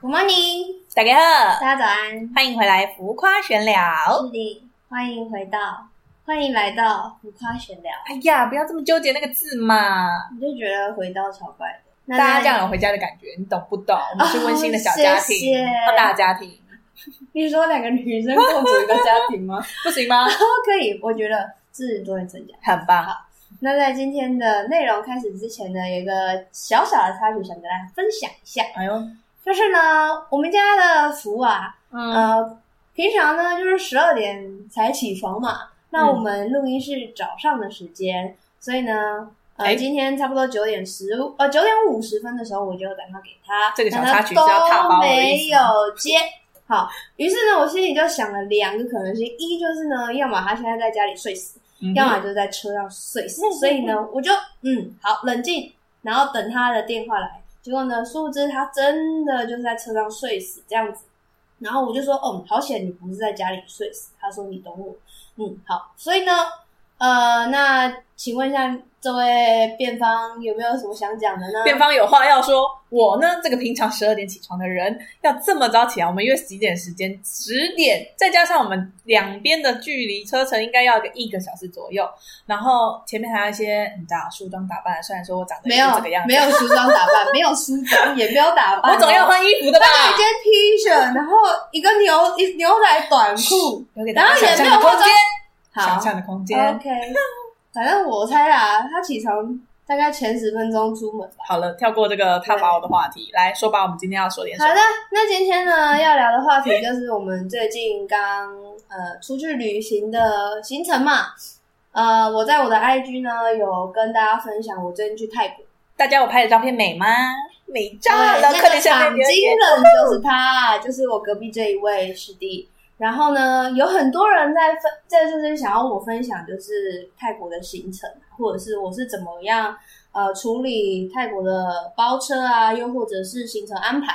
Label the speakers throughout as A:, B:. A: Good morning，
B: 大家好，
A: 大家早安，
B: 欢迎回来浮夸闲聊。
A: 是的，欢迎回到，欢迎来到浮夸闲聊。
B: 哎呀，不要这么纠结那个字嘛！
A: 我就觉得回到超怪的，那
B: 大家这样有回家的感觉，你懂不懂？我们是温馨的小家
A: 谢哦谢
B: 庭，哦大家庭，
A: 你说两个女生共组一个家庭 吗？
B: 不行吗？
A: 都可以，我觉得是多元增加。
B: 很棒，
A: 那在今天的内容开始之前呢，有一个小小的插曲想跟大家分享一下，
B: 哎呦，
A: 就是呢，我们家的福啊，
B: 嗯，
A: 呃，平常呢就是十二点才起床嘛，那
B: 嗯
A: 我们录音是早上的时间，所以呢。呃，
B: 哎
A: 今天差不多九点十呃九点五十分的时候，我就打电话给他，
B: 这个小
A: 但他
B: 插曲是要踏
A: 都
B: 包我的
A: 没
B: 意思
A: 有
B: 吗
A: 接。好，于是呢，我心里就想了两个可能性，一就是呢，要么他现在在家里睡死，
B: 嗯
A: 要啊么就在车上睡死。所以呢，我就嗯好冷静，然后等他的电话来。结果呢，殊不知他真的就是在车上睡死这样子。然后我就说，嗯，好险你不是在家里睡死。他说你懂我，嗯好。所以呢，呃，那请问一下这位辩方有没有什么想讲的呢？
B: 辩方有话要说，我呢，这个平常十二点起床的人，要这么早起来，我们约几点时间？十点，再加上我们两边的距离，车程应该要个一个小时左右。然后前面还有一些你知道梳妆打扮，虽然说我长得
A: 没
B: 也
A: 有
B: 是这个样
A: 没
B: 子，
A: 有梳妆打扮，没有梳妆，也没有打扮哦、
B: 我总要啊换衣服的吧？
A: 一件 T 恤，然后一个牛一牛仔短裤，
B: 留给
A: 然
B: 大
A: 后
B: 家
A: 也
B: 想
A: 没
B: 象
A: 有
B: 的
A: 化
B: 空
A: 妆
B: 间，，
A: 好
B: 想。象的空间。
A: OK，反正我猜啦，他起床大概前十分钟出门吧。
B: 好了，跳过这个踏伐我的话题，来说吧，我们今天要说点什
A: 好
B: 么
A: 的？，那今天呢要聊的话题就是我们最近刚呃出去旅行的行程嘛。呃，我在我的 IG 呢有跟大家分享我最近去泰国，
B: 大家有拍的照片美吗？美照
A: 对
B: 了，快
A: 那个
B: 点下
A: 赏
B: 面
A: 金
B: 留言。
A: 人就是他，啊就是我隔壁这一位师弟。然后呢，有很多人在分，在就是想要我分享，就是泰国的行程，啊或者是我是怎么样呃处理泰国的包车啊，又或者是行程安排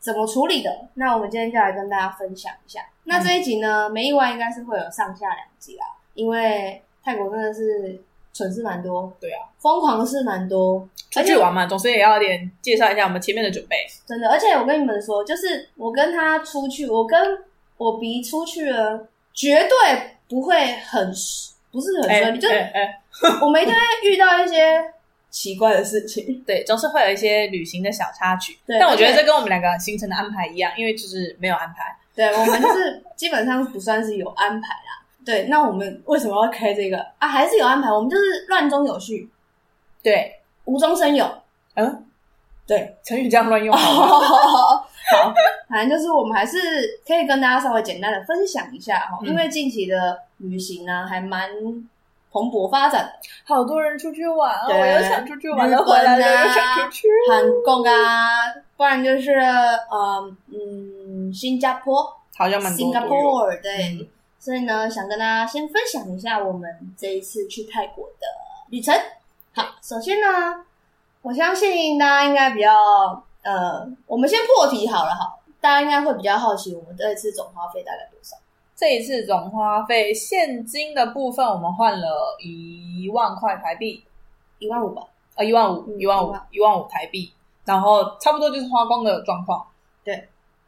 A: 怎么处理的。那我们今天就来跟大家分享一下。那这一集呢，没意外应该是会有上下两集啦，因为泰国真的是蠢事蛮多，
B: 对啊，
A: 疯狂的事蛮多，
B: 出去玩啊嘛，总是也要点介绍一下我们前面的准备。
A: 真的，而且我跟你们说，就是我跟他出去，我跟我鼻出去了，绝对不会很不是很顺利，就
B: 哎
A: 是
B: 哎
A: 我们一定会遇到一些奇怪的事 情。
B: 对，总是会有一些旅行的小插曲。
A: 对
B: 但我觉
A: 而
B: 得
A: 且
B: 这跟我们两个行程的安排一样，因为就是没有安排。
A: 对我们就是基本上不算是有安排啦。对，那我们为什么要开这个啊？还是有安排，我们就是乱中有序，
B: 对，
A: 无中生有。
B: 嗯，
A: 对，
B: 成语这样乱用好吗？
A: 哦好，反正就是我们还是可以跟大家稍微简单的分享一下哈，
B: 嗯
A: 因为近期的旅行呢、还蛮蓬勃发展的。
B: 好多人出去玩，
A: 对
B: 我又想出去玩了，
A: 日
B: 回
A: 本啊
B: 来了又想出去。
A: 韩国啊，不然就是呃嗯新加坡
B: 好像蛮多都有。
A: ，Singapore 对。
B: 嗯
A: 所以呢，想跟大家先分享一下我们这一次去泰国的旅程。好，首先呢，我相信大家应该比较呃，我们先破题好了哈，大家应该会比较好奇我们这一次总花费大概多少？
B: 这一次总花费现金的部分，我们换了一万块台币，
A: 一万五吧？
B: 呃，一万五，
A: 嗯
B: 一万五，一万五台币，然后差不多就是花光的状况。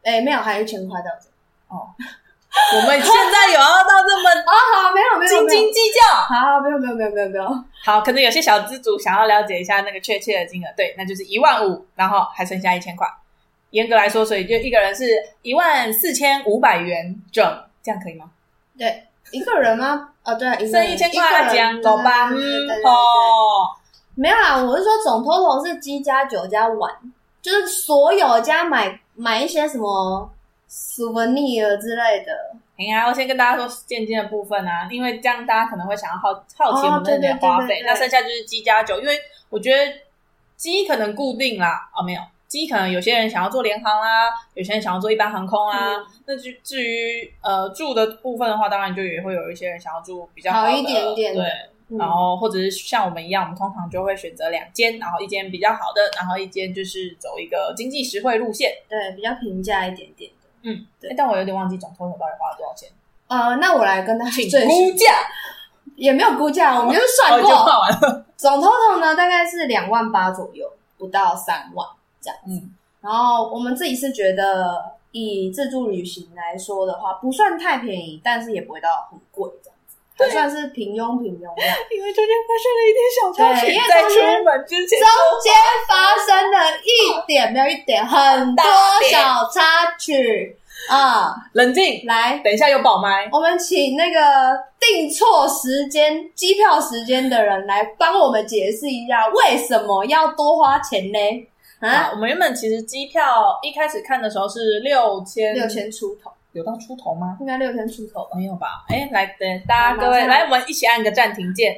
A: 哎，没有，还有一千块这样子。
B: 我们现在有要到这么
A: 好，没有没
B: 斤斤计较，
A: 好，没有没有没有没有没有。
B: 好，可能有些小资主想要了解一下那个确切的金额，对，那就是一万五，然后还剩下一千块。严格来说，所以就一个人是一万四千五百元整，这样可以吗？
A: 对，一个人吗？哦，对，一啊个
B: 剩
A: 人
B: 一千
A: 一个
B: 块
A: 人
B: 讲走吧，嗯
A: 对对对对对
B: 哦，
A: 没有啦，我是说总 total 是鸡加酒加碗，就是所有加买买一些什么 souvenir 之类的。
B: 哎呀，我先跟大家说现金的部分啊，因为这样大家可能会想要好好奇
A: 哦
B: 我们那
A: 对
B: 里
A: 对
B: 的花
A: 对对
B: 费。
A: 对
B: 那剩下就是鸡加酒，因为我觉得鸡可能固定啦，哦没有，鸡可能有些人想要做联航啦，有些人想要做一般航空啦。
A: 嗯
B: 那至至于呃住的部分的话，当然就也会有一些人想要住比较
A: 好
B: 的
A: 一点点的
B: 对，
A: 嗯
B: 然后或者是像我们一样，我们通常就会选择两间，然后一间比较好的，然后一间就是走一个经济实惠路线。
A: 对，比较平价一点点的。对
B: 诶但我有点忘记总 total 到底花了多少钱，
A: 呃，那我来跟大家
B: 请
A: 赘
B: 估
A: 述，
B: 价。
A: 也没有估价，我们就是
B: 哦，
A: 算
B: 就画
A: 过，
B: 完了。
A: 总 total 呢大概是两万八左右，不到三万这样。
B: 嗯，
A: 然后我们自己是觉得，以自助旅行来说的话，不算太便宜，但是也不会到很贵这样子，还算是平庸平庸这样。
B: 因为中间发生了一点小插
A: 对
B: 曲
A: 因为，
B: 在
A: 中间
B: 出门之前
A: 中间发生了一点没有一点，很多小插曲啊、
B: 冷静，
A: 来，
B: 等一下有爆麦，
A: 我们请那个订错时间、机票时间的人来帮我们解释一下，为什么要多花钱呢？啊，
B: 好，我们原本其实机票一开始看的时候是六千，
A: 六千出头，
B: 有到出头吗？
A: 应该六千出头吧？
B: 没有吧？哎，来，等大家
A: 好
B: 各位
A: 马上来
B: 来，我们一起按个暂停键，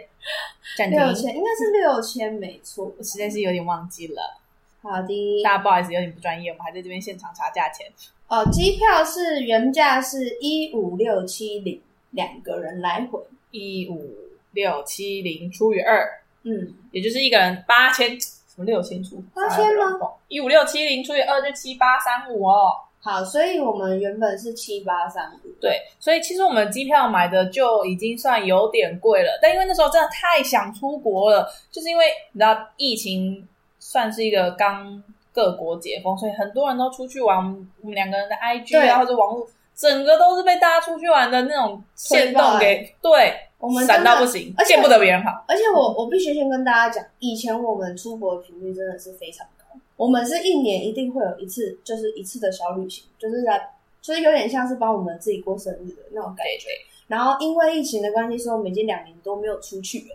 B: 暂停
A: 六。千应该是六千没错。
B: 我实在是有点忘记了，
A: 好的，
B: 大家不好意思，有点不专业，我们还在这边现场查价钱。
A: 哦，机票是原价是一五六七零，两个人来回，
B: 一五六七零除以二，
A: 嗯，
B: 也就是一个人八千，什么六千出？
A: 八千吗？
B: 一五六七零除以二就七八三五哦。
A: 好，所以我们原本是七八三五，
B: 对，所以其实我们机票买的就已经算有点贵了，但因为那时候真的太想出国了，就是因为你知道疫情算是一个刚各国解封，所以很多人都出去玩。我们我们两个人的 IG
A: 对
B: 啊或者网络，整个都是被大家出去玩的那种线动给对，
A: 我们
B: 散
A: 真的
B: 到不行
A: 而，且
B: 见不得别人好。
A: 而且我我必须先跟大家讲，以前我们出国的频率真的是非常高，我们是一年一定会有一次，就是一次的小旅行，就是来，就是有点像是帮我们自己过生日的那种感
B: 对
A: 觉。
B: 对，
A: 然后因为疫情的关系，所以我们已经两年多没有出去了，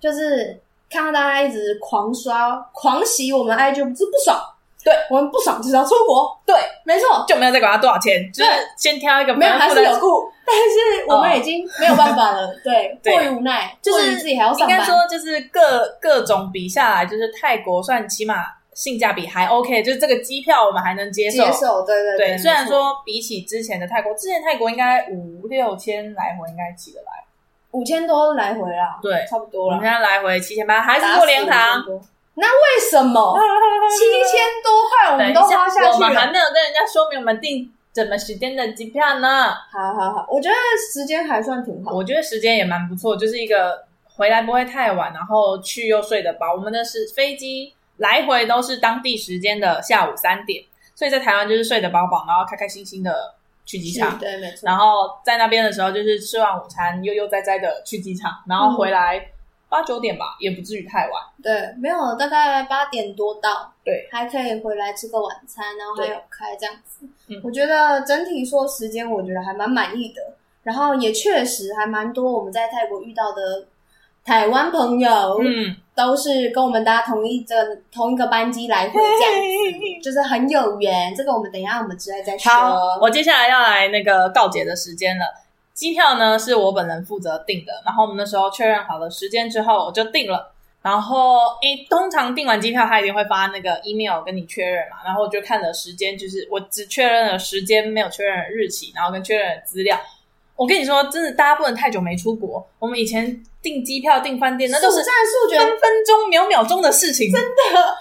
A: 就是看到大家一直狂刷、狂洗我们 IG，我们是不爽，
B: 对
A: 我们不爽就是要出国，
B: 对，
A: 没错，
B: 就没有再管他多少钱，就是先挑一 个
A: 没有
B: 不
A: 还
B: 然不
A: 是
B: 能
A: 有顾，但是我们已经没有办法 了，对，
B: 对
A: 迫于无奈，
B: 就是
A: 迫于自己还要
B: 应
A: 上
B: 该
A: 班，
B: 说就是各各种比下来，就是泰国算起码性价比还 OK，就是这个机票我们还能接受。
A: 接受，对对
B: 对，虽然
A: 没错
B: 说比起之前的泰国，之前泰国应该五六千来回应该起得来，
A: 五千多来回啦，
B: 对
A: 差不多
B: 我们
A: 了
B: 现。在来回七千八，还是
A: 打
B: 过
A: 死
B: 莲
A: 5000
B: 塘。
A: 多，那为什么 七千多块我
B: 等 一
A: 们都花下
B: 下，我
A: 去
B: 们还
A: 了？
B: 没有跟人家说明我们订怎么时间的机票呢？
A: 好好好，我觉得时间还算挺好。
B: 我觉得时间也蛮不错，就是一个回来不会太晚，然后去又睡得饱。我们的是飞机来回都是当地时间的下午三点，所以在台湾就是睡得饱饱，然后开开心心的去机
A: 是
B: 场。
A: 对，没错。
B: 然后在那边的时候，就是吃完午餐，悠悠哉哉的去机场，然后回来八九点吧，也不至于太晚。
A: 对，没有，大概八点多到，
B: 对，
A: 还可以回来吃个晚餐，然后还有开这样子
B: 嗯。
A: 我觉得整体说时间，我觉得还蛮满意的。然后也确实还蛮多我们在泰国遇到的台湾朋友，
B: 嗯，
A: 都是跟我们搭同一个同一个班机来回这样子， 就是很有缘。这个我们等一下我们之后再说。
B: 好，我接下来要来那个告解的时间了。机票呢是我本人负责订的，然后我们那时候确认好了时间之后，我就订了。然后，诶，通常订完机票，他一定会发那个 email 跟你确认嘛。然后我就看了时间，就是我只确认了时间，没有确认日期，然后跟确认了资料。我跟你说，真的，大家不能太久没出国。我们以前订机票、订饭店，那都
A: 速
B: 是
A: 战速决，
B: 分分钟、秒秒钟的事情，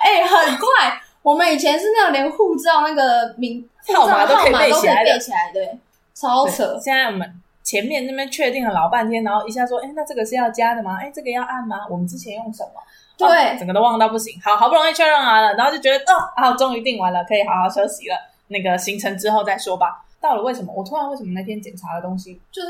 A: 哎、很快。我们以前是那种连护照那个名
B: 号码
A: 护照
B: 都可以
A: 号码
B: 背
A: 都可
B: 起来
A: 以
B: 的
A: 背。起来，对，超
B: 对
A: 扯。
B: 现在我们前面那边确定了老半天，然后一下说，哎，那这个是要加的吗？哎，这个要按吗？我们之前用什么？
A: 对
B: 哦整个都忘到不行。好好不容易确认完了，然后就觉得，哦，啊，终于定完了，可以好好休息了。那个行程之后再说吧。到了为什么？我突然为什么那天检查的东西？
A: 就是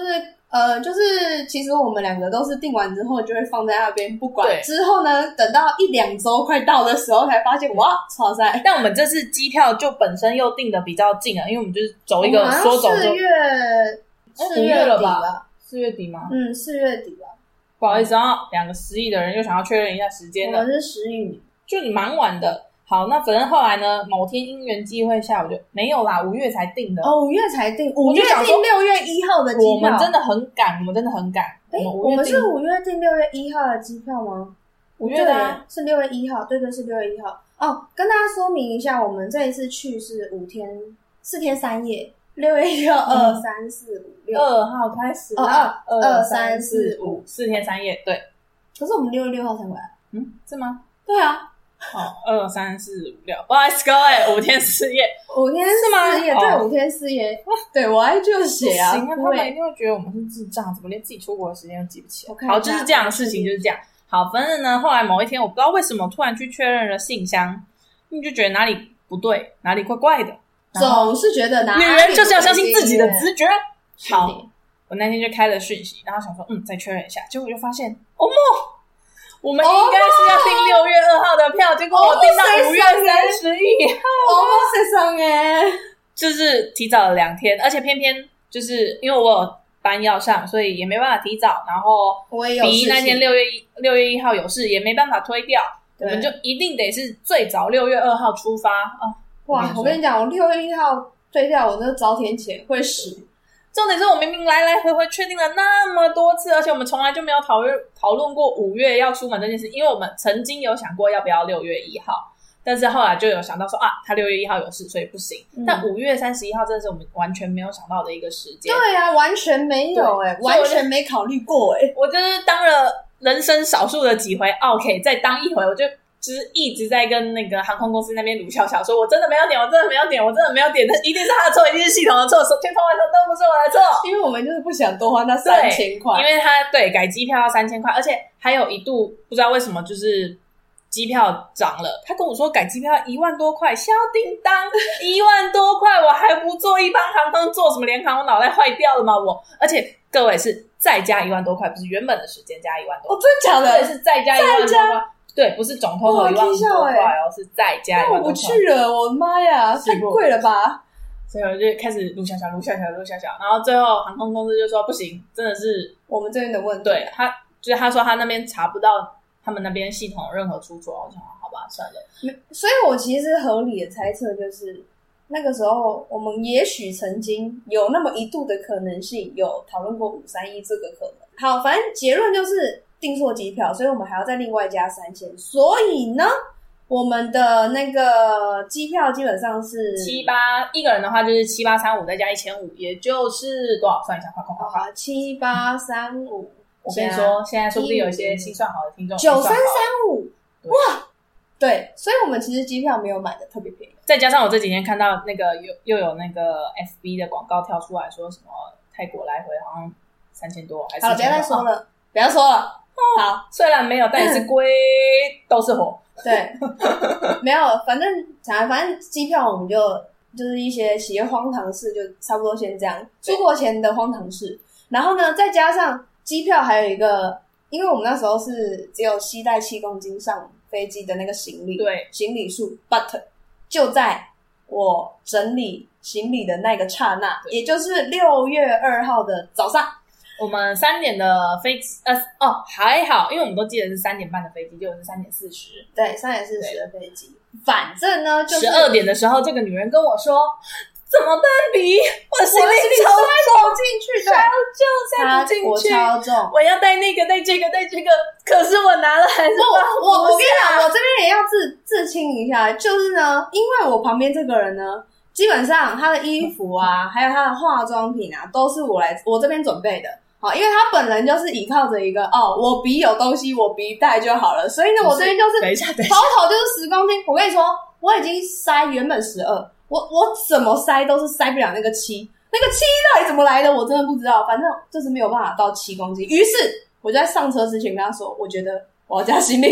A: 呃，就是其实我们两个都是订完之后就会放在那边不管
B: 对，
A: 之后呢，等到一两周快到的时候才发现，哇，超塞！
B: 哎但我们这次机票就本身又订的比较近了，因为我们就是走一
A: 我
B: 个
A: 们哦好像
B: 说走
A: 四
B: 就
A: 月
B: 哎
A: 四
B: 五月
A: 月
B: 了
A: 底
B: 吧
A: 吧，
B: 四月底吗？
A: 嗯，四月底吧，
B: 不好意思啊，两个失忆的人又想要确认一下时间
A: 我
B: 了
A: 们。是十一年。
B: 就你蛮晚的。好，那反正后来呢，某天因缘际会下，我就没有啦，五月才定的。
A: 哦，五月才订，五
B: 我
A: 月
B: 就想
A: 订
B: 说
A: 六月一号的机票。
B: 我们真的很赶，我们真的很赶。
A: 哎，
B: 五
A: 我
B: 月
A: 们
B: 定
A: 是五月订六月一号的机票吗？
B: 五月的啊、
A: 对，是六月一号，对对，是六月一号。哦，跟大家说明一下，我们这一次去是五天，四天三夜，六月一号、二
B: 嗯
A: 三四五六。
B: 二号开始
A: 哦
B: 啦，
A: 二
B: 二
A: 二三四
B: 四五四天三夜，对，
A: 可是我们六月六号才回来。
B: 嗯，是吗？
A: 对啊，
B: 哦，二三四五六，不好意思各位，五天四夜，
A: 五天
B: 吗
A: 四夜，
B: 哦
A: 对，五天四夜。对我还就写啊，
B: 不行啊，他
A: 对
B: 们一定会觉得我们是智障，怎么连自己出国的时间都记不起来
A: 我看一下
B: 好，就是这样的事情，就是这样。好，反正呢，后来某一天，我不知道为什么突然去确认了信箱，你就觉得哪里。不对，哪里怪怪的。然后
A: 总是觉得哪里
B: 女人就是要相信自己的直觉。
A: 是的
B: 好，我那天就开了讯息，然后想说，嗯，再确认一下，结果我就发现，哦莫，我
A: 哦
B: 们应该是要订六月二号的票，结果我订到五月三十一号，
A: 哦，是上哎，
B: 就是提早了两天，而且偏偏就是因为我有班要上，所以也没办法提早，然后
A: 我也有事
B: 比
A: 情。
B: 那天六月一六月一号有事，也没办法推掉，我
A: 对
B: 们就一定得是最早六月二号出发啊。
A: 哇，我跟你讲，我六月一号推掉我那个早点起会死。
B: 重点是我明明来来回回确定了那么多次，而且我们从来就没有讨论讨论过五月要出门这件事，因为我们曾经有想过要不要六月一号，但是后来就有想到说啊，他六月一号有事，所以不行。
A: 嗯
B: 但五月三十一号真的是我们完全没有想到的一个时间。
A: 对啊，完全没有哎、
B: 对所以
A: 完
B: 我就
A: 全没考虑过哎、
B: 我就是当了人生少数的几回 OK，再当一回，我就就是一直在跟那个航空公司那边鲁笑笑说，我真的没有点，我真的没有点，我真的没有点，那一定是他的错，一定是系统的错，千错万错都不是我的 错。
A: 因为我们就是不想多花那三千块
B: 因。为他对改机票要三千块，而且还有一度不知道为什么就是机票涨了，他跟我说改机票一万多块，小叮 当一万多块，我还不坐一般航空，坐什么联航？我脑袋坏掉了吗？我而且各位是再加一万多块，不是原本的时间加一万多块
A: 哦，真的假
B: 对，
A: 的？
B: 是再加一万多块，对，不是总 total
A: 哇
B: 一万
A: 天笑
B: 多
A: 欸
B: 块哦，是再加一
A: 那
B: 万
A: 我
B: 多
A: 不
B: 块。
A: 去了，我的妈呀，
B: 是
A: 太
B: 不
A: 贵了吧？
B: 所以我就开始录小小、录小小、录小小，然后最后航空公司就说不行，真的是
A: 我们这边的问题，
B: 对他，就是他说他那边查不到他们那边系统有任何出错，我想好吧，算了，
A: 所以我其实合理的猜测就是，那个时候我们也许曾经有那么一度的可能性，有讨论过五三一这个可能。好，反正结论就是订错机票，所以我们还要再另外加三千。所以呢，我们的那个机票基本上是
B: 七八一个人的话就是七八三五再加一千五，也就是多少算一下，快快快快！
A: 啊七八三五，
B: 我跟你说，现在说不定有一些心算好的听众
A: 九
B: 已经
A: 三
B: 算好了
A: 三五，哇，对，所以我们其实机票没有买的特别便宜。
B: 再加上我这几天看到那个又又有那个 FB 的广告跳出来说什么泰国来回好像三千多还是哦
A: 好了，不要再
B: 4000多
A: 说，了，不要说了， 好。
B: 虽然没有，但也是龟都是火。
A: 对，没有，反正反反正机票我们就就是一些企业荒唐事，就差不多先这样。
B: 对
A: 出国前的荒唐事，然后呢，再加上机票还有一个，因为我们那时候是只有携带七公斤上飞机的那个行李，
B: 对，
A: 行李数，but 就在我整理行李的那个刹那，
B: 对
A: 也就是六月二号的早上，
B: 我们三点的飞机，呃，哦，还好，因为我们都记得是三点半的飞机，结果是三点四十。
A: 对，三点四十的飞机。反正呢，就是
B: 十二点的时候，这个女人跟我说：“怎么办，比我的行
A: 我的行
B: 李
A: 李
B: 超重，
A: 进去，对。
B: 就塞
A: 它
B: 不进
A: 我
B: 去。
A: 超重，
B: 我要带那个，带这个，带这个，可是我拿了还是
A: 我我
B: 放
A: 我
B: 不
A: 跟你讲，我这边也要自自清一下，就是呢，因为我旁边这个人呢，基本上他的衣服啊，还有他的化妆品啊，都是我来我这边准备的。哦好，因为他本人就是倚靠着一个哦，我鼻有东西，我鼻带就好了，所以呢，
B: 不是
A: 我这边就是
B: 等一下，等一下
A: 包，头就是十公斤。我跟你说，我已经塞原本十二，我我怎么塞都是塞不了那个七，那个七到底怎么来的，我真的不知道。反正就是没有办法到七公斤。于是我就在上车之前跟他说，我觉得我要加行李。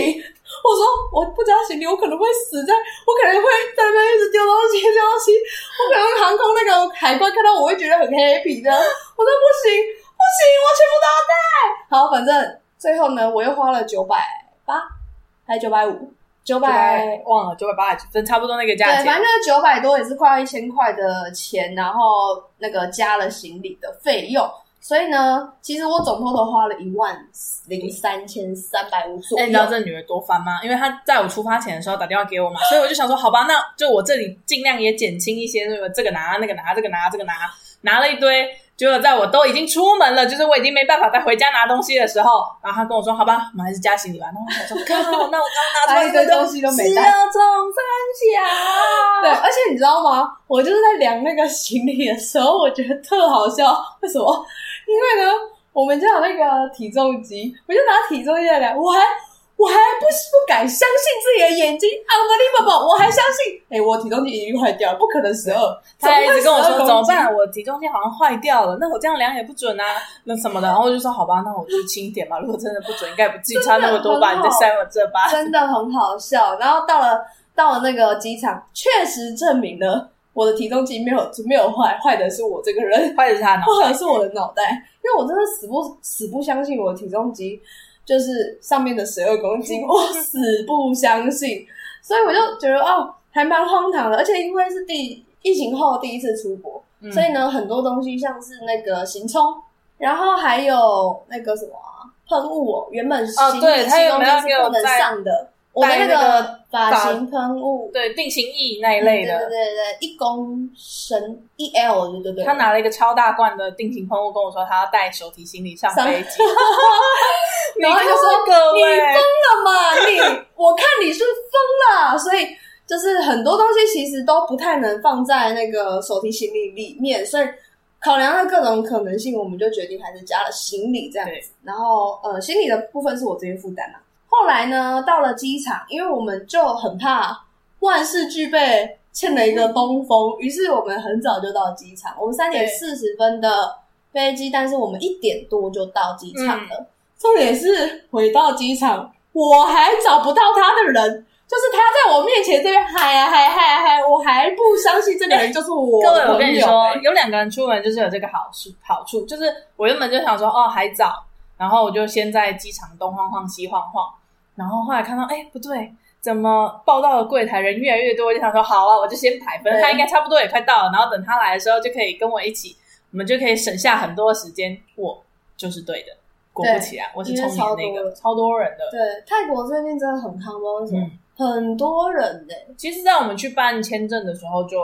A: 我说我不加行李，我可能会死在，我可能会在那边一直丢东西丢东西，我可能航空那个海关看到我会觉得很 happy 的。我说不行不行，我全部都要带。好，反正最后呢，我又花了九百八还是九百五，九
B: 九
A: 百
B: 百忘了九百八十，真差不多那个价
A: 对，
B: 钱
A: 反。正九百多也是快要一千块的钱，然后那个加了行李的费用，所以呢，其实我总偷偷花了一万零三千三百五左
B: 哎、
A: 右。
B: 你知道这女儿多烦吗？因为她在我出发前的时候打电话给我嘛，所以我就想说，好吧，那就我这里尽量也减轻一些，那个这个拿那个拿这个拿这个拿，拿了一堆，结果在我都已经出门了，就是我已经没办法再回家拿东西的时候，然后她跟我说，好吧，我们还是加行李吧。然后我想说，靠，那我刚刚拿出来
A: 还有一堆东西都没带
B: 是要中三
A: 对，
B: 峡。
A: 而且你知道吗？我就是在量那个行李的时候，我觉得特好笑。为什么？因为呢，我们家有那个体重机，我就拿体重机来量，我还我还不不敢相信自己的眼睛，unbelievable！我还啊相信，哎、我体重机已经坏掉了，不可能十二。
B: 他一直跟我说
A: 怎
B: 怎
A: 么会
B: 么
A: 12公斤？
B: 办？我体重计好像坏掉了，那我这样量也不准啊，那什么的。然后我就说好吧，那我就轻一点吧。如果真的不准，应该也不至于差那么多吧？
A: 真
B: 你
A: 的很好
B: 再塞我这吧。
A: 真的很好笑。然后到了到了那个机场，确实证明了我的体重机没有没有坏，坏的是我这个人，
B: 坏的是他脑
A: 不
B: 袋
A: 可能是我的脑袋，因为我真的死不死不相信我的体重机就是上面的十二公斤，我死不相信，所以我就觉得哦，还蛮荒唐的，而且因为是第疫情后第一次出国，
B: 嗯
A: 所以呢，很多东西像是那个行冲，然后还有那个什么啊喷雾、哦，原本行、
B: 哦对他
A: 行
B: 原
A: 动
B: 本
A: 机
B: 要
A: 是
B: 给我
A: 不能
B: 带
A: 上的，我的
B: 带
A: 那
B: 那
A: 个
B: 个
A: 发
B: 发
A: 型喷雾。
B: 对定型液那一
A: 对
B: 类
A: 对
B: 的。
A: 对对，一公升一 L，对对对，
B: 他拿了一个超大罐的定型喷雾，跟我说他要带手提行李上
A: 上
B: 飞机。 你
A: 然后
B: 看
A: 他就说
B: 各
A: 你
B: 位，
A: 那么你，我看你是疯了，所以就是很多东西其实都不太能放在那个手提行李里面，所以考量了各种可能性，我们就决定还是加了行李这样
B: 对
A: 子。然后呃，行李的部分是我这边负担啦。后来呢，到了机场，因为我们就很怕万事俱备，欠了一个东风，于是我们很早就到机场，我们三点四十分的飞机，但是我们一点多就到机场了。重点是回到机场，我还找不到他的人，就是他在我面前这边嗨呀、嗨呀嗨呀、嗨，我还不相信这个人就是我
B: 哎各
A: 的
B: 位，我
A: 朋
B: 跟你
A: 友
B: 说
A: 欸。，
B: 有两个人出门就是有这个好处，好处就是我原本就想说，哦，还早，然后我就先在机场东晃晃西晃晃，然后后来看到，哎，不对，怎么报到的柜台人越来越多？我就想说，好啊，我就先排，分，
A: 对
B: 他应该差不多也快到了，然后等他来的时候就可以跟我一起，我们就可以省下很多时间。我就是对的，果不
A: 对
B: 其然，我是
A: 因为
B: 聪明的那
A: 超多人
B: 个，超多人的。
A: 对，泰国最近真的很夯，不知道为什么、
B: 嗯
A: 很多人欸呢、
B: 其实，在我们去办签证的时候，就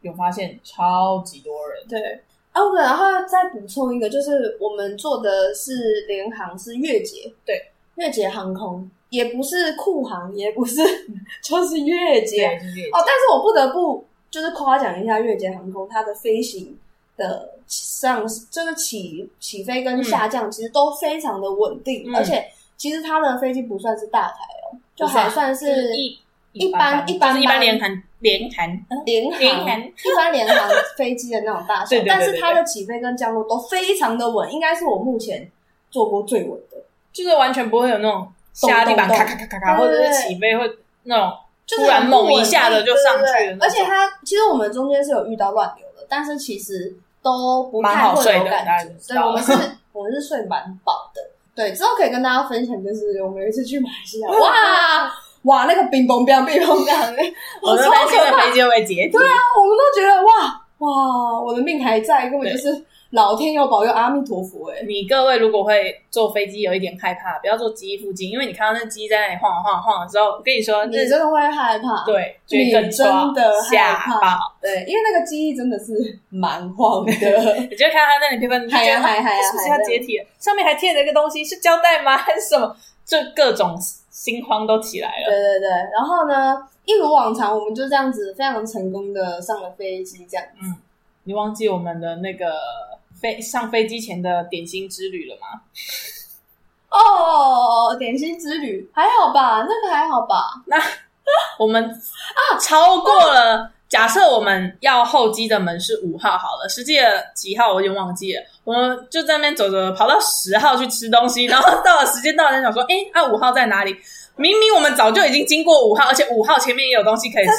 B: 有发现超级多人。
A: 对，啊，我然后再补充一个，就是我们做的是联航，是越捷，
B: 对，
A: 越捷航空，也不是酷航，也不是， 就是越捷。
B: 对，就是
A: 哦，但是我不得不就是夸奖一下越捷航空，它的飞行的上就是起起飞跟下降其实都非常的稳定，
B: 嗯
A: 而且其实它的飞机不算是大台哦，就还算
B: 就是一
A: 一般
B: 一
A: 一般嗯
B: 就是一般连韩连韩，
A: 联航
B: 联航
A: 一般联航飞机的那种大小
B: 对对，对
A: 但是
B: 对
A: 它的起飞跟降落都非常的稳，应该是我目前做过最稳的，
B: 就是完全不会有那种下地板
A: 咚咚
B: 咔
A: 咚
B: 咔咔咔咔，
A: 对
B: 或
A: 对
B: 者
A: 对
B: 是起飞会那种
A: 就是
B: 突然
A: 很不稳啊
B: 猛一下的就上去
A: 对对
B: 了
A: 对
B: 那种
A: 而且它其实我们中间是有遇到乱流的，但是其实都不
B: 蛮
A: 太
B: 好
A: 会
B: 睡
A: 有
B: 的
A: 感
B: 大家
A: 觉
B: 就，知
A: 对，
B: 道
A: 我们是我们是睡蛮饱的。对，之后可以跟大家分享，就是我们有一次去马来西亚，哇哇那个冰崩冰冰崩冰，
B: 我
A: 超
B: 都担心
A: 可
B: 的
A: 怕
B: 飞机会不会解体。
A: 我们都觉得哇哇，我的命还在，根本就是老天有保佑，阿弥陀佛哎、
B: 你各位如果会坐飞机有一点害怕，不要坐机附近，因为你看到那机在那里晃啊晃啊晃的时候，我跟你说，
A: 你
B: 那
A: 真的会害怕，
B: 对，就会
A: 你
B: 更抓
A: 真的害
B: 吓
A: 怕
B: 爆，
A: 对，因为那个记忆真的是蛮晃 的，
B: 你就看他那里飘飘，你就
A: 嗨
B: 觉
A: 呀
B: 得啊
A: 嗨呀嗨呀
B: 是不是要解体了？上面还贴着一个东西，是胶带吗？还是什么？就各种心慌都起来
A: 对
B: 了。
A: 对对。然后呢，一如往常，我们就这样子非常成功的上了飞机，这样
B: 你忘记我们的那个飞上飞机前的点心之旅了吗？
A: 哦，点心之旅还好吧？那个还好吧？
B: 我们啊，超过了。假设我们要候机的门是五号好了，实际的几号我已经忘记了。我们就在那边走走，走跑到十号去吃东西，然后到了时间到了，才想说，哎、那五号在哪里？明明我们早就已经经过五号，而且五号前面也有东西可以吃，
A: 哦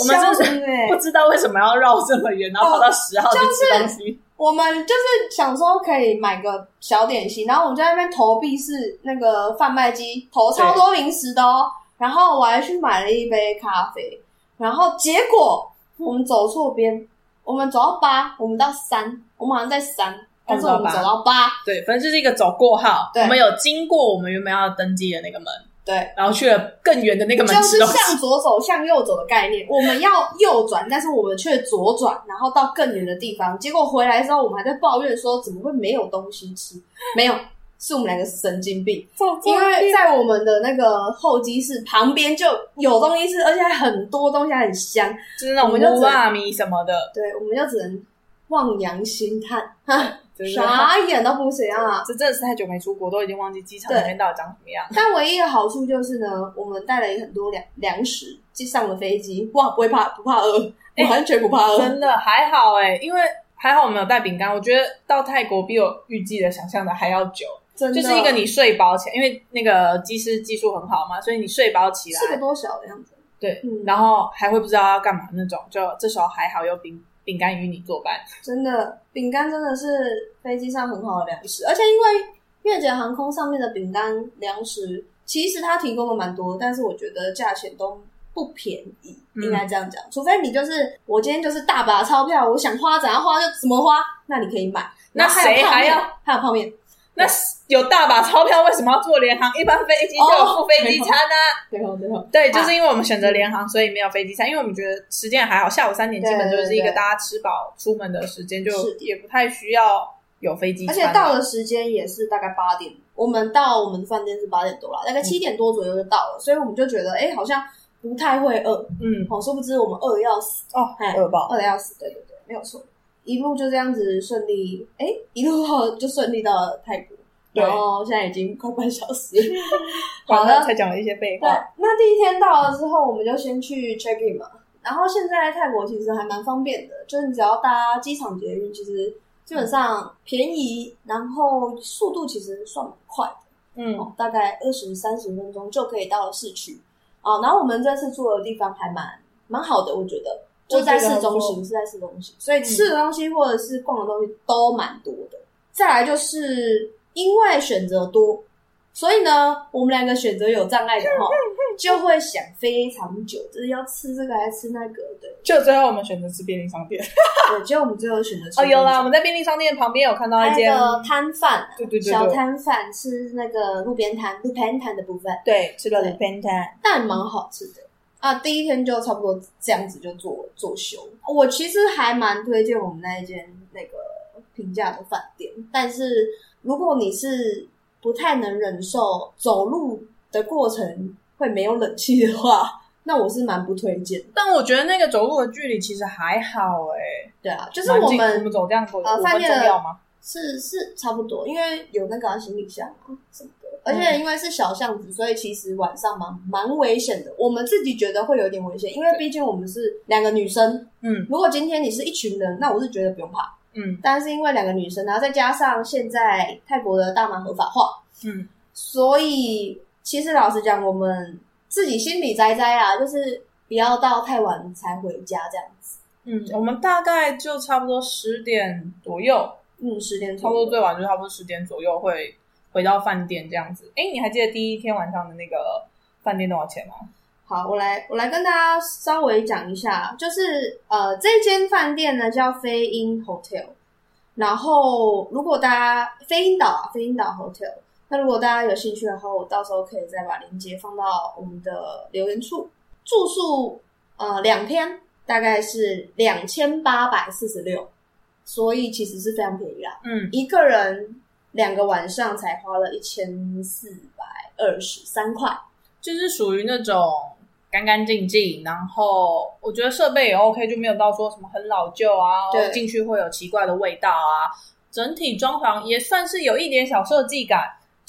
B: 我们真
A: 人哎
B: 不知道为什么要绕这么远，然后跑到十号去吃东西。
A: 我们就是想说可以买个小点心，然后我们就在那边投币式那个贩卖机投超多零食的哦。然后我还去买了一杯咖啡，然后结果我们走错边，我们走到八，我们到三，我们好像在三，但是我们走到八，
B: 对，反正就是一个走过号，
A: 对
B: 我们有经过我们原本要登机的那个门，
A: 对，
B: 然后去了更远的那个门
A: 就
B: 吃
A: 是
B: 东西。
A: 向左走、向右走的概念。我们要右转，但是我们却左转，然后到更远的地方。结果回来之后，我们还在抱怨说怎么会没有东西吃？没有，是我们两个神经病。因为在我们的那个候机室旁边就有东西吃，而且还很多东西，还很香。
B: 就是那种
A: 我们就只
B: 乌拉米什么的，
A: 对，我们就只能望洋兴叹，哈，
B: 真的
A: 傻眼都不行啊！
B: 这真的是太久没出国，都已经忘记机场
A: 对
B: 里面到底长什么样。
A: 但唯一的好处就是呢，我们带了很多粮粮食，就上了飞机，哇，不会怕，不怕饿，
B: 哎
A: 完全不怕饿。
B: 真的还好哎、因为还好我们有带饼干。我觉得到泰国比我预计的想象的还要久，
A: 真的
B: 就是一个你睡饱起来，因为那个机师技术很好嘛，所以你睡饱起
A: 四个
B: 来，
A: 多小的样子，
B: 对，
A: 嗯
B: 然后还会不知道要干嘛那种，就这时候还好有饼饼干与你作伴。
A: 真的，饼干真的是飞机上很好的粮食，而且因为越捷航空上面的饼干粮食，其实它提供的蛮多，但是我觉得价钱都不便宜，
B: 嗯
A: 应该这样讲。除非你就是我今天就是大把钞票，我想花怎样花就怎么花，那你可以买。
B: 那
A: 然后还
B: 谁
A: 有泡
B: 还
A: 面
B: 要？
A: 还有泡面，
B: 那有大把钞票，为什么要坐联航？一般飞机就有
A: 哦
B: 付飞机餐啊。
A: 对哦对哦，
B: 对，就是因为我们选择联航，所以没有飞机餐，因为我们觉得时间还好，下午三点基本就是
A: 对
B: 一个
A: 对对
B: 大家吃饱出门的时间，就是也不太需要有飞机
A: 而
B: 餐
A: 且
B: 啊。
A: 到的时间也是大概八点，我们到我们的饭店是八点多啦，大概七点多左右就到了，所以我们就觉得哎、好像不太会饿，
B: 嗯
A: 哦，殊不知我们饿得要死。
B: 哦
A: 哎，
B: 饿爆。
A: 饿的要死，对对对，没有错。一路就这样子顺利，哎、一路到就顺利到了泰国，
B: 对
A: 然后现在已经快半小时。好
B: 好
A: 的
B: 了，才讲了一些废
A: 对
B: 话。，
A: 那第一天到了之后，我们就先去 check in 嘛。然后现在泰国其实还蛮方便的，就是你只要搭机场捷运，其实基本上便宜，然后速度其实算蛮快的。
B: 嗯，
A: 大概二十三十分钟就可以到了市区啊、然后我们这次住的地方还蛮蛮好的，我觉得
B: 我
A: 就
B: 觉
A: 在
B: 得
A: 市中
B: 还嗯
A: 心，是在市中心，所以吃的东西或者是逛的东西都蛮多的。再来就是因为选择多，所以呢，我们两个选择有障碍的话，就会想非常久，就是要吃这个还是吃那个，对
B: 就最后我们选择吃便利商店。
A: 对，结果我们最后选择吃
B: 哦，有啦，
A: 那个
B: 我们在便利商店旁边有看到一间
A: 那个摊贩啊，
B: 对对对
A: 小
B: 对
A: 摊贩吃那个路边摊路边摊的部分。
B: 对，吃了
A: 对
B: l p e n t a
A: 但蛮好吃的啊。第一天就差不多这样子就做做休。我其实还蛮推荐我们那一间那个平价的饭店，但是如果你是不太能忍受走路的过程会没有冷气的话， 那我是蛮不推荐的。
B: 但我觉得那个走路的距离其实还好哎、
A: 对啊，就
B: 就是
A: 我
B: 我
A: 们
B: 们走这样走
A: 呃
B: 五
A: 饭
B: 分
A: 店
B: 钟
A: 的
B: 要吗？
A: 是是差不多，因为有那个啊、行李箱啊什么的，而且因为是小巷子，所以其实晚上蛮蛮危险的。我们自己觉得会有点危险，因为毕竟我们是两个女生。
B: 嗯
A: 如果今天你是一群人，那我是觉得不用怕。
B: 嗯
A: 但是因为两个女生，然后再加上现在泰国的大麻合法化，
B: 嗯，
A: 所以其实老实讲，我们自己心里栽栽啊，就是不要到太晚才回家这样子。
B: 嗯，我们大概就差不多十点左右，
A: 嗯，十点
B: 差
A: 左
B: 不多
A: 右。
B: 最晚就差不多十点左右会回到饭店这样子。哎，你还记得第一天晚上的那个饭店多少钱吗？
A: 好，我来我来跟大家稍微讲一下，就是呃，这间饭店呢叫飞鹰 Hotel，然后如果大家飞鹰岛啊，飞鹰岛 Hotel，那如果大家有兴趣的话，我到时候可以再把链接放到我们的留言处。住宿呃两天大概是两千八百四十六，所以其实是非常便宜啦，
B: 嗯，
A: 一个人两个晚上才花了一千四百二十三块。
B: 就是属于那种干干净净，然后我觉得设备也 OK，就没有到说什么很老旧啊，
A: 对
B: 进去会有奇怪的味道啊。整体装潢也算是有一点小设计感，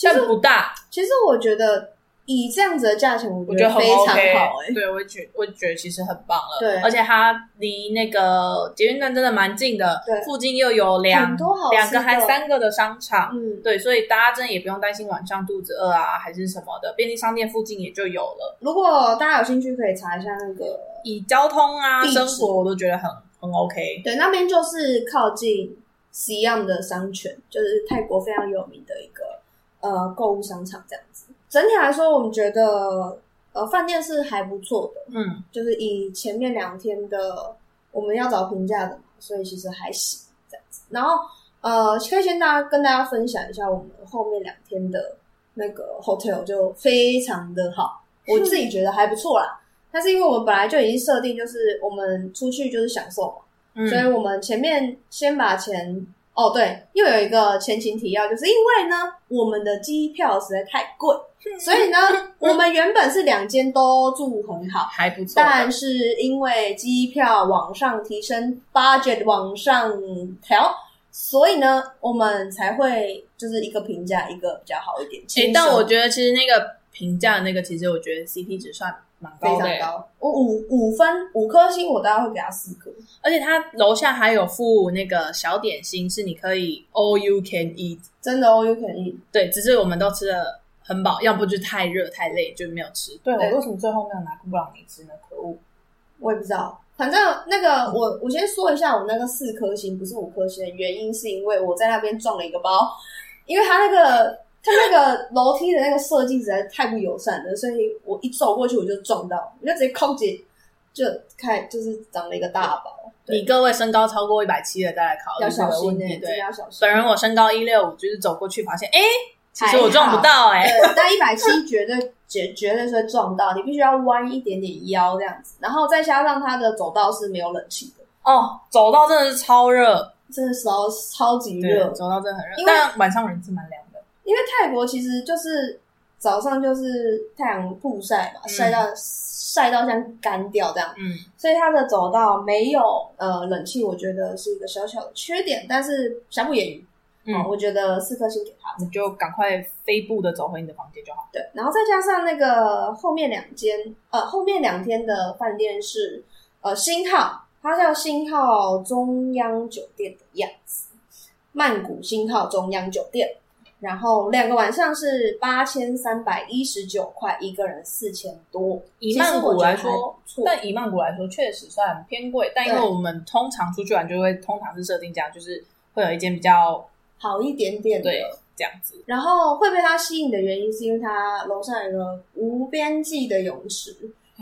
B: 但不大，
A: 其实我觉得以这样子的价钱，我
B: 我
A: 觉
B: 觉
A: 得
B: 得很
A: 非常
B: OK，
A: 好哎、
B: 对，我也觉我也觉得其实很棒了。
A: 对
B: 而且它离那个捷运站真的蛮近的，
A: 对
B: 附近又有两
A: 很多好吃的
B: 两个还三个的商场，
A: 嗯，
B: 对，所以大家真的也不用担心晚上肚子饿啊，还是什么的，便利商店附近也就有了。
A: 如果大家有兴趣，可以查一下那个，
B: 以交通啊、
A: 地址
B: 生活，我都觉得很很 OK。
A: 对，那边就是靠近 Siam 的商圈，就是泰国非常有名的一个呃购物商场这样子。整体来说，我们觉得呃饭店是还不错的，
B: 嗯，
A: 就是以前面两天的我们要找评价的嘛，所以其实还行这样子。然后呃，可以先大家跟大家分享一下我们后面两天的那个 hotel 就非常的好，我自己觉得还不错啦。但是因为我们本来就已经设定，就是我们出去就是享受嘛，
B: 嗯
A: 所以我们前面先把钱哦，对，又有一个前情提要，就是因为呢，我们的机票实在太贵，所以呢，我们原本是两间都住很好，
B: 还不错的。
A: 但是因为机票往上提升，budget 往上调，所以呢，我们才会就是一个评价一个比较好一点。
B: 诶
A: 轻
B: 但
A: 松
B: 我觉得其实那个评价那个，其实我觉得 CP 值算蛮
A: 非
B: 高的、欸
A: 常高，我五五分五颗星，我大概会给他四颗。
B: 而且它楼下还有附那个小点心，是你可以 all you can eat。
A: 真的哦，有可能
B: 对，只是我们都吃了很饱，要不就太热太累就没有吃。对我为什么最后没有拿布朗尼吃呢？可恶！
A: 我也不知道。反正那个我我先说一下，我那个四颗星不是五颗星的原因，是因为我在那边撞了一个包，因为它那个它那个楼梯的那个设计实在太不友善了，所以我一走过去我就撞到，我就直接空姐就开就是长了一个大包，对
B: 你各位身高超过一百七的再来考虑
A: 要
B: 这
A: 小
B: 个
A: 心
B: 问
A: 呢、欸，
B: 题。
A: 真的
B: 对，
A: 要小心
B: 本。人我身高一六五，就是走过去发现，哎，其
A: 还
B: 实
A: 好
B: 我撞不到哎、
A: 对，但一百七绝对绝绝对是会撞到，你必须要弯一点点腰这样子，然后再加上它的走道是没有冷气的，
B: 哦，走到真的是超热，
A: 真的超超级
B: 对
A: 热，，
B: 走到真的很热
A: 因，为
B: 但晚上人是蛮凉的。
A: 因为泰国其实就是早上就是太阳曝晒嘛，
B: 嗯
A: 晒到晒到像干掉这样，
B: 嗯，
A: 所以它的走道没有呃冷气，我觉得是一个小小的缺点，但是瑕不掩瑜。
B: 嗯
A: 哦我觉得四颗星给他。
B: 你就赶快飞步的走回你的房间就好。
A: 对，然后再加上那个后面两间，呃，后面两天的饭店是呃新号，它叫新号中央酒店的样子，曼谷新号中央酒店。然后两个晚上是八千三百一十九块，一个人四千多。
B: 以曼谷来
A: 其实我
B: 说，
A: 觉得还不错，
B: 但以曼谷来说确实算偏贵，但因为
A: 对
B: 我们通常出去玩就会通常是设定这样，就是会有一间比较
A: 好一点点的。
B: 对这样子。
A: 然后会被它吸引的原因，是因为它楼上有个无边际的泳池，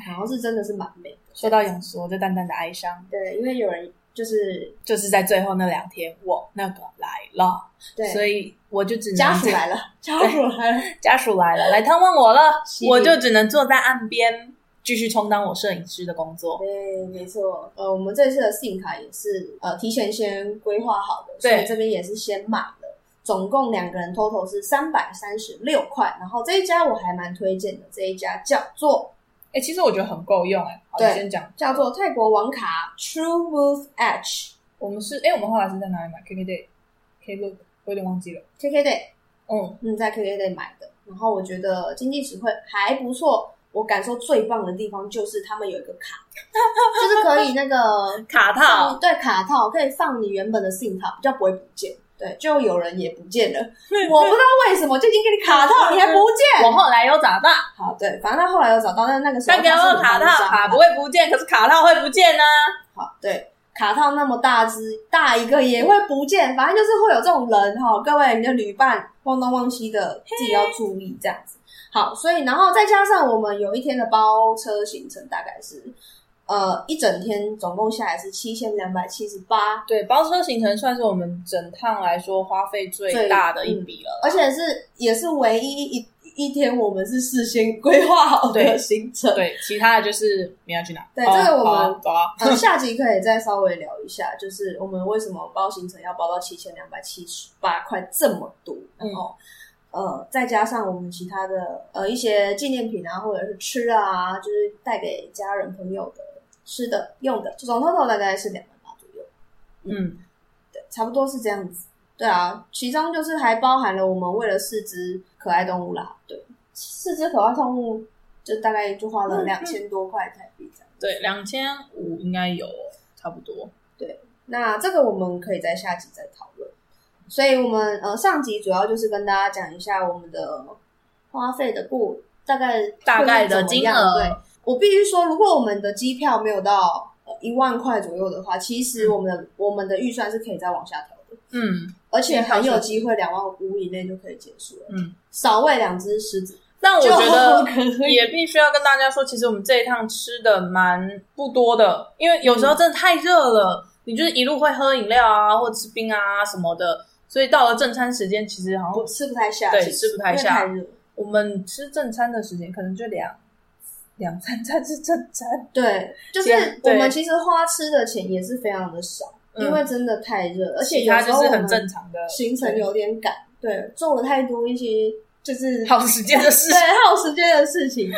A: 然后是真的是蛮美的。
B: 说到泳池，我就淡淡的哀伤，
A: 对，因为有人就是
B: 就是在最后那两天我那个来了，
A: 对，
B: 所以我就只能
A: 家属来了，家属来了，
B: 家属来了，来探望我了
A: 犀，利
B: 我就只能坐在岸边继续充当我摄影师的工作。
A: 对，没错。呃，我们这次的信卡也是呃提前先规划好的，所
B: 对
A: 以这边也是先买了。总共两个人 total 是三百三十六块，然后这一家我还蛮推荐的，这一家叫做
B: 哎、其实我觉得很够用哎、好，你
A: 对
B: 先讲，
A: 叫做泰国网卡 True Move Edge
B: 我们是哎、我们后来是在哪里买？KKday、Klook，我有点忘记了。
A: KKday，
B: 嗯，
A: 嗯，在 KKday 买的，然后我觉得经济实惠还不错。我感受最棒的地方就是他们有一个卡， 就是可以那个
B: 卡
A: 放
B: 套，
A: 哦对卡套可以放你原本的 SIM 卡，比较不会不见。对，就有人也不 见了，我不知道为什么，就已经给你卡套，你还不见。
B: 我后来有找到，
A: 好，对，反正他后来又找到，但那个时候
B: 但给
A: 他
B: 我
A: 是
B: 卡
A: 很慌
B: 套，
A: 张
B: 卡
A: 的
B: 不会不见，可是卡套会不见啊呢、
A: 好，对，卡套那么大只，大一个也会不见，反正就是会有这种人哈、各位，你的旅伴忘东忘西的，自己要注意这样子。好，所以然后再加上我们有一天的包车行程，大概是呃一整天，总共下来是七千两百七十八
B: 对，包车行程算是我们整趟来说花费最大的一笔了。
A: 而且是也是唯一一一天我们是事先规划好的
B: 对
A: 行程。
B: 嗯对，其他的就是你要去哪？
A: 对
B: 哦
A: 这个我们
B: 好啊走啊。
A: 呃，下集可以再稍微聊一下，就是我们为什么包行程要包到七千两百七十八块这么多，然后、
B: 嗯
A: 呃，再加上我们其他的呃一些纪念品啊，或者是吃的啊，就是带给家人朋友的吃的用的，总 total 大概是两万八左右，
B: 嗯，
A: 对，差不多是这样子。对啊，其中就是还包含了我们为了四只可爱动物啦，对，四只可爱动物就大概就花了
B: 嗯嗯
A: 两千多块台币这样。
B: 对，两千五应该有差不多。
A: 那这个我们可以在下集再讨论。所以我们呃上集主要就是跟大家讲一下我们的花费的过大概
B: 大概的
A: 会是怎么样
B: 金额
A: 对我必须说，如果我们的机票没有到呃一万块左右的话，其实我们的、我们的预算是可以再往下调的，
B: 嗯，
A: 而且很有机会两万五以内就可以结束了。
B: 嗯，
A: 少喂两只狮子，
B: 但我觉得
A: 就可以
B: 也必须要跟大家说，其实我们这一趟吃的蛮不多的，因为有时候真的太热了，你就是一路会喝饮料啊，或吃冰啊什么的，所以到了正餐时间，其实好像
A: 我吃不太下，
B: 对
A: 其实
B: 吃不太下
A: 因为太热。
B: 我们吃正餐的时间可能就两两三餐是正餐，
A: 对，就是
B: 这样
A: 我
B: 对
A: 们其实花吃的钱也是非常的少，因为真的太热，而且有
B: 它
A: 时
B: 就
A: 候
B: 是
A: 我
B: 很
A: 们
B: 正常的
A: 行程有点赶，对，做了太多一些就是
B: 耗时间的事
A: 对。耗时间的事情。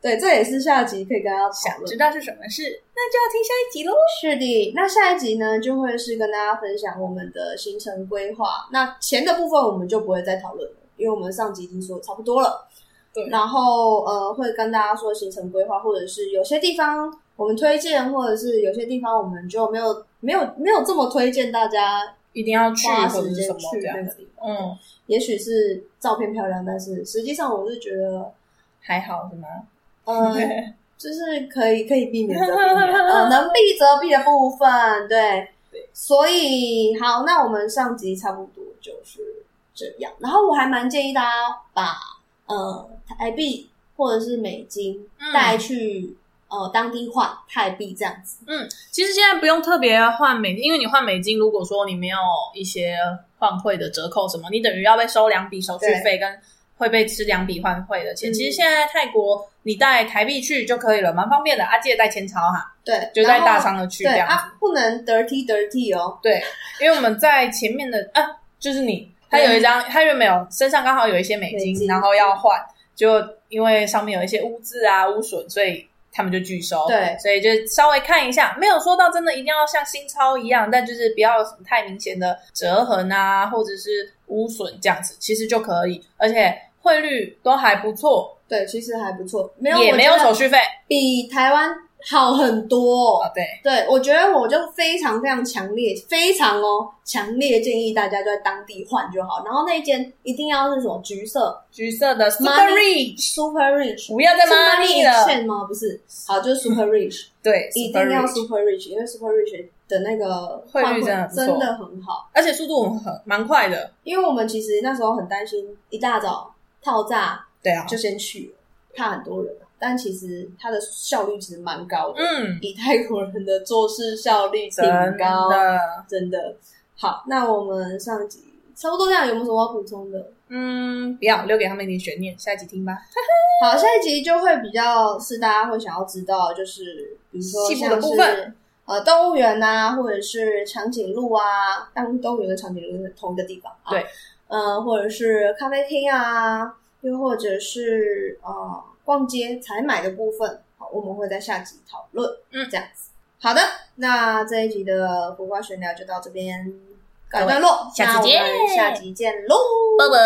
A: 对，这也是下集可以跟大家讨
B: 想
A: 论
B: 知。道是什么事，那就要听下一集喽。
A: 是的，那下一集呢就会是跟大家分享我们的行程规划。那钱的部分我们就不会再讨论了，因为我们上集已经说得差不多了。
B: 对
A: 然后呃会跟大家说行程规划，或者是有些地方我们推荐，或者是有些地方我们就没有没有没有这么推荐大家
B: 一定要去
A: 花
B: 或
A: 时
B: 者是什
A: 间
B: 么
A: 去
B: 这样
A: 那个
B: 子。
A: 地方。
B: 嗯，
A: 也许是照片漂亮，但是实际上我是觉得，
B: 还好是吗？ 呃
A: 嗯，就是可以可以避免则避免，呃， 能避则避的部分，对。所以好，那我们上集差不多就是这样。然后我还蛮建议大家把呃台币或者是美金
B: 嗯
A: 带去、呃当地换泰币这样子。
B: 其实现在不用特别换美金，因为你换美金，如果说你没有一些换汇的折扣什么，你等于要被收两笔手续费，跟会被吃两笔换汇的钱。
A: 嗯
B: 其实现在泰国你带台币去就可以了，蛮方便的。啊，记得带千钞哈，
A: 对，
B: 就带
A: 然后
B: 大商的去
A: 对
B: 这样子。
A: 啊，不能 dirty dirty 哦。
B: 对，因为我们在前面的啊，就是你，他有一张，他原本有身上刚好有一些美金，
A: 美金
B: 然后要换，就因为上面有一些污渍啊、污损，所以他们就拒收。
A: 对
B: 所以就稍微看一下，没有说到真的一定要像新钞一样，但就是不要有什么太明显的折痕啊，或者是污损这样子，其实就可以，而且汇率都还不错，
A: 对，其实还不错，没有
B: 也
A: 我
B: 没
A: 觉
B: 有
A: 得
B: 手续费
A: 比台湾好很多、
B: 哦。对，
A: 对，我觉得我就非常非常强烈，非常哦强烈建议大家就在当地换就好。然后那间一定要是什么橘色
B: 橘色的 Super
A: Money
B: Rich，
A: Super Rich，
B: 不要再
A: 是 Money
B: money 了，
A: Exchange 吗？不是，好就是 Super Rich，
B: 对，
A: 一
B: Super
A: 定要
B: Rich
A: Super Rich，因为 Super Rich 的那个
B: 汇率
A: 换
B: 真的很不错
A: 真的很好。
B: 而且速度很蛮快的。
A: 因为我们其实那时候很担心，一大早套炸
B: 对啊，
A: 就先去了，怕很多人，但其实它的效率其实蛮高的。
B: 嗯，
A: 以泰国人的做事效率挺
B: 真
A: 高，
B: 的，
A: 真的好。那我们上集差不多这样，有没有什么要补充的？
B: 嗯，不要留给他们一点悬念，下一集听吧。
A: 好，下一集就会比较是大家会想要知道，就是比如说
B: 细部的
A: 像
B: 部分
A: 是呃动物园呐、或者是长颈鹿啊，但动物园跟长颈鹿是同一个地方啊。
B: 对，
A: 呃，或者是咖啡厅啊，又或者是呃逛街采买的部分，好，我们会在下集讨论。
B: 嗯
A: 这样子。好的，那这一集的浮瓜闲聊就到这边告一段落，
B: 下次见
A: 那我们下集见喽，
B: 拜拜。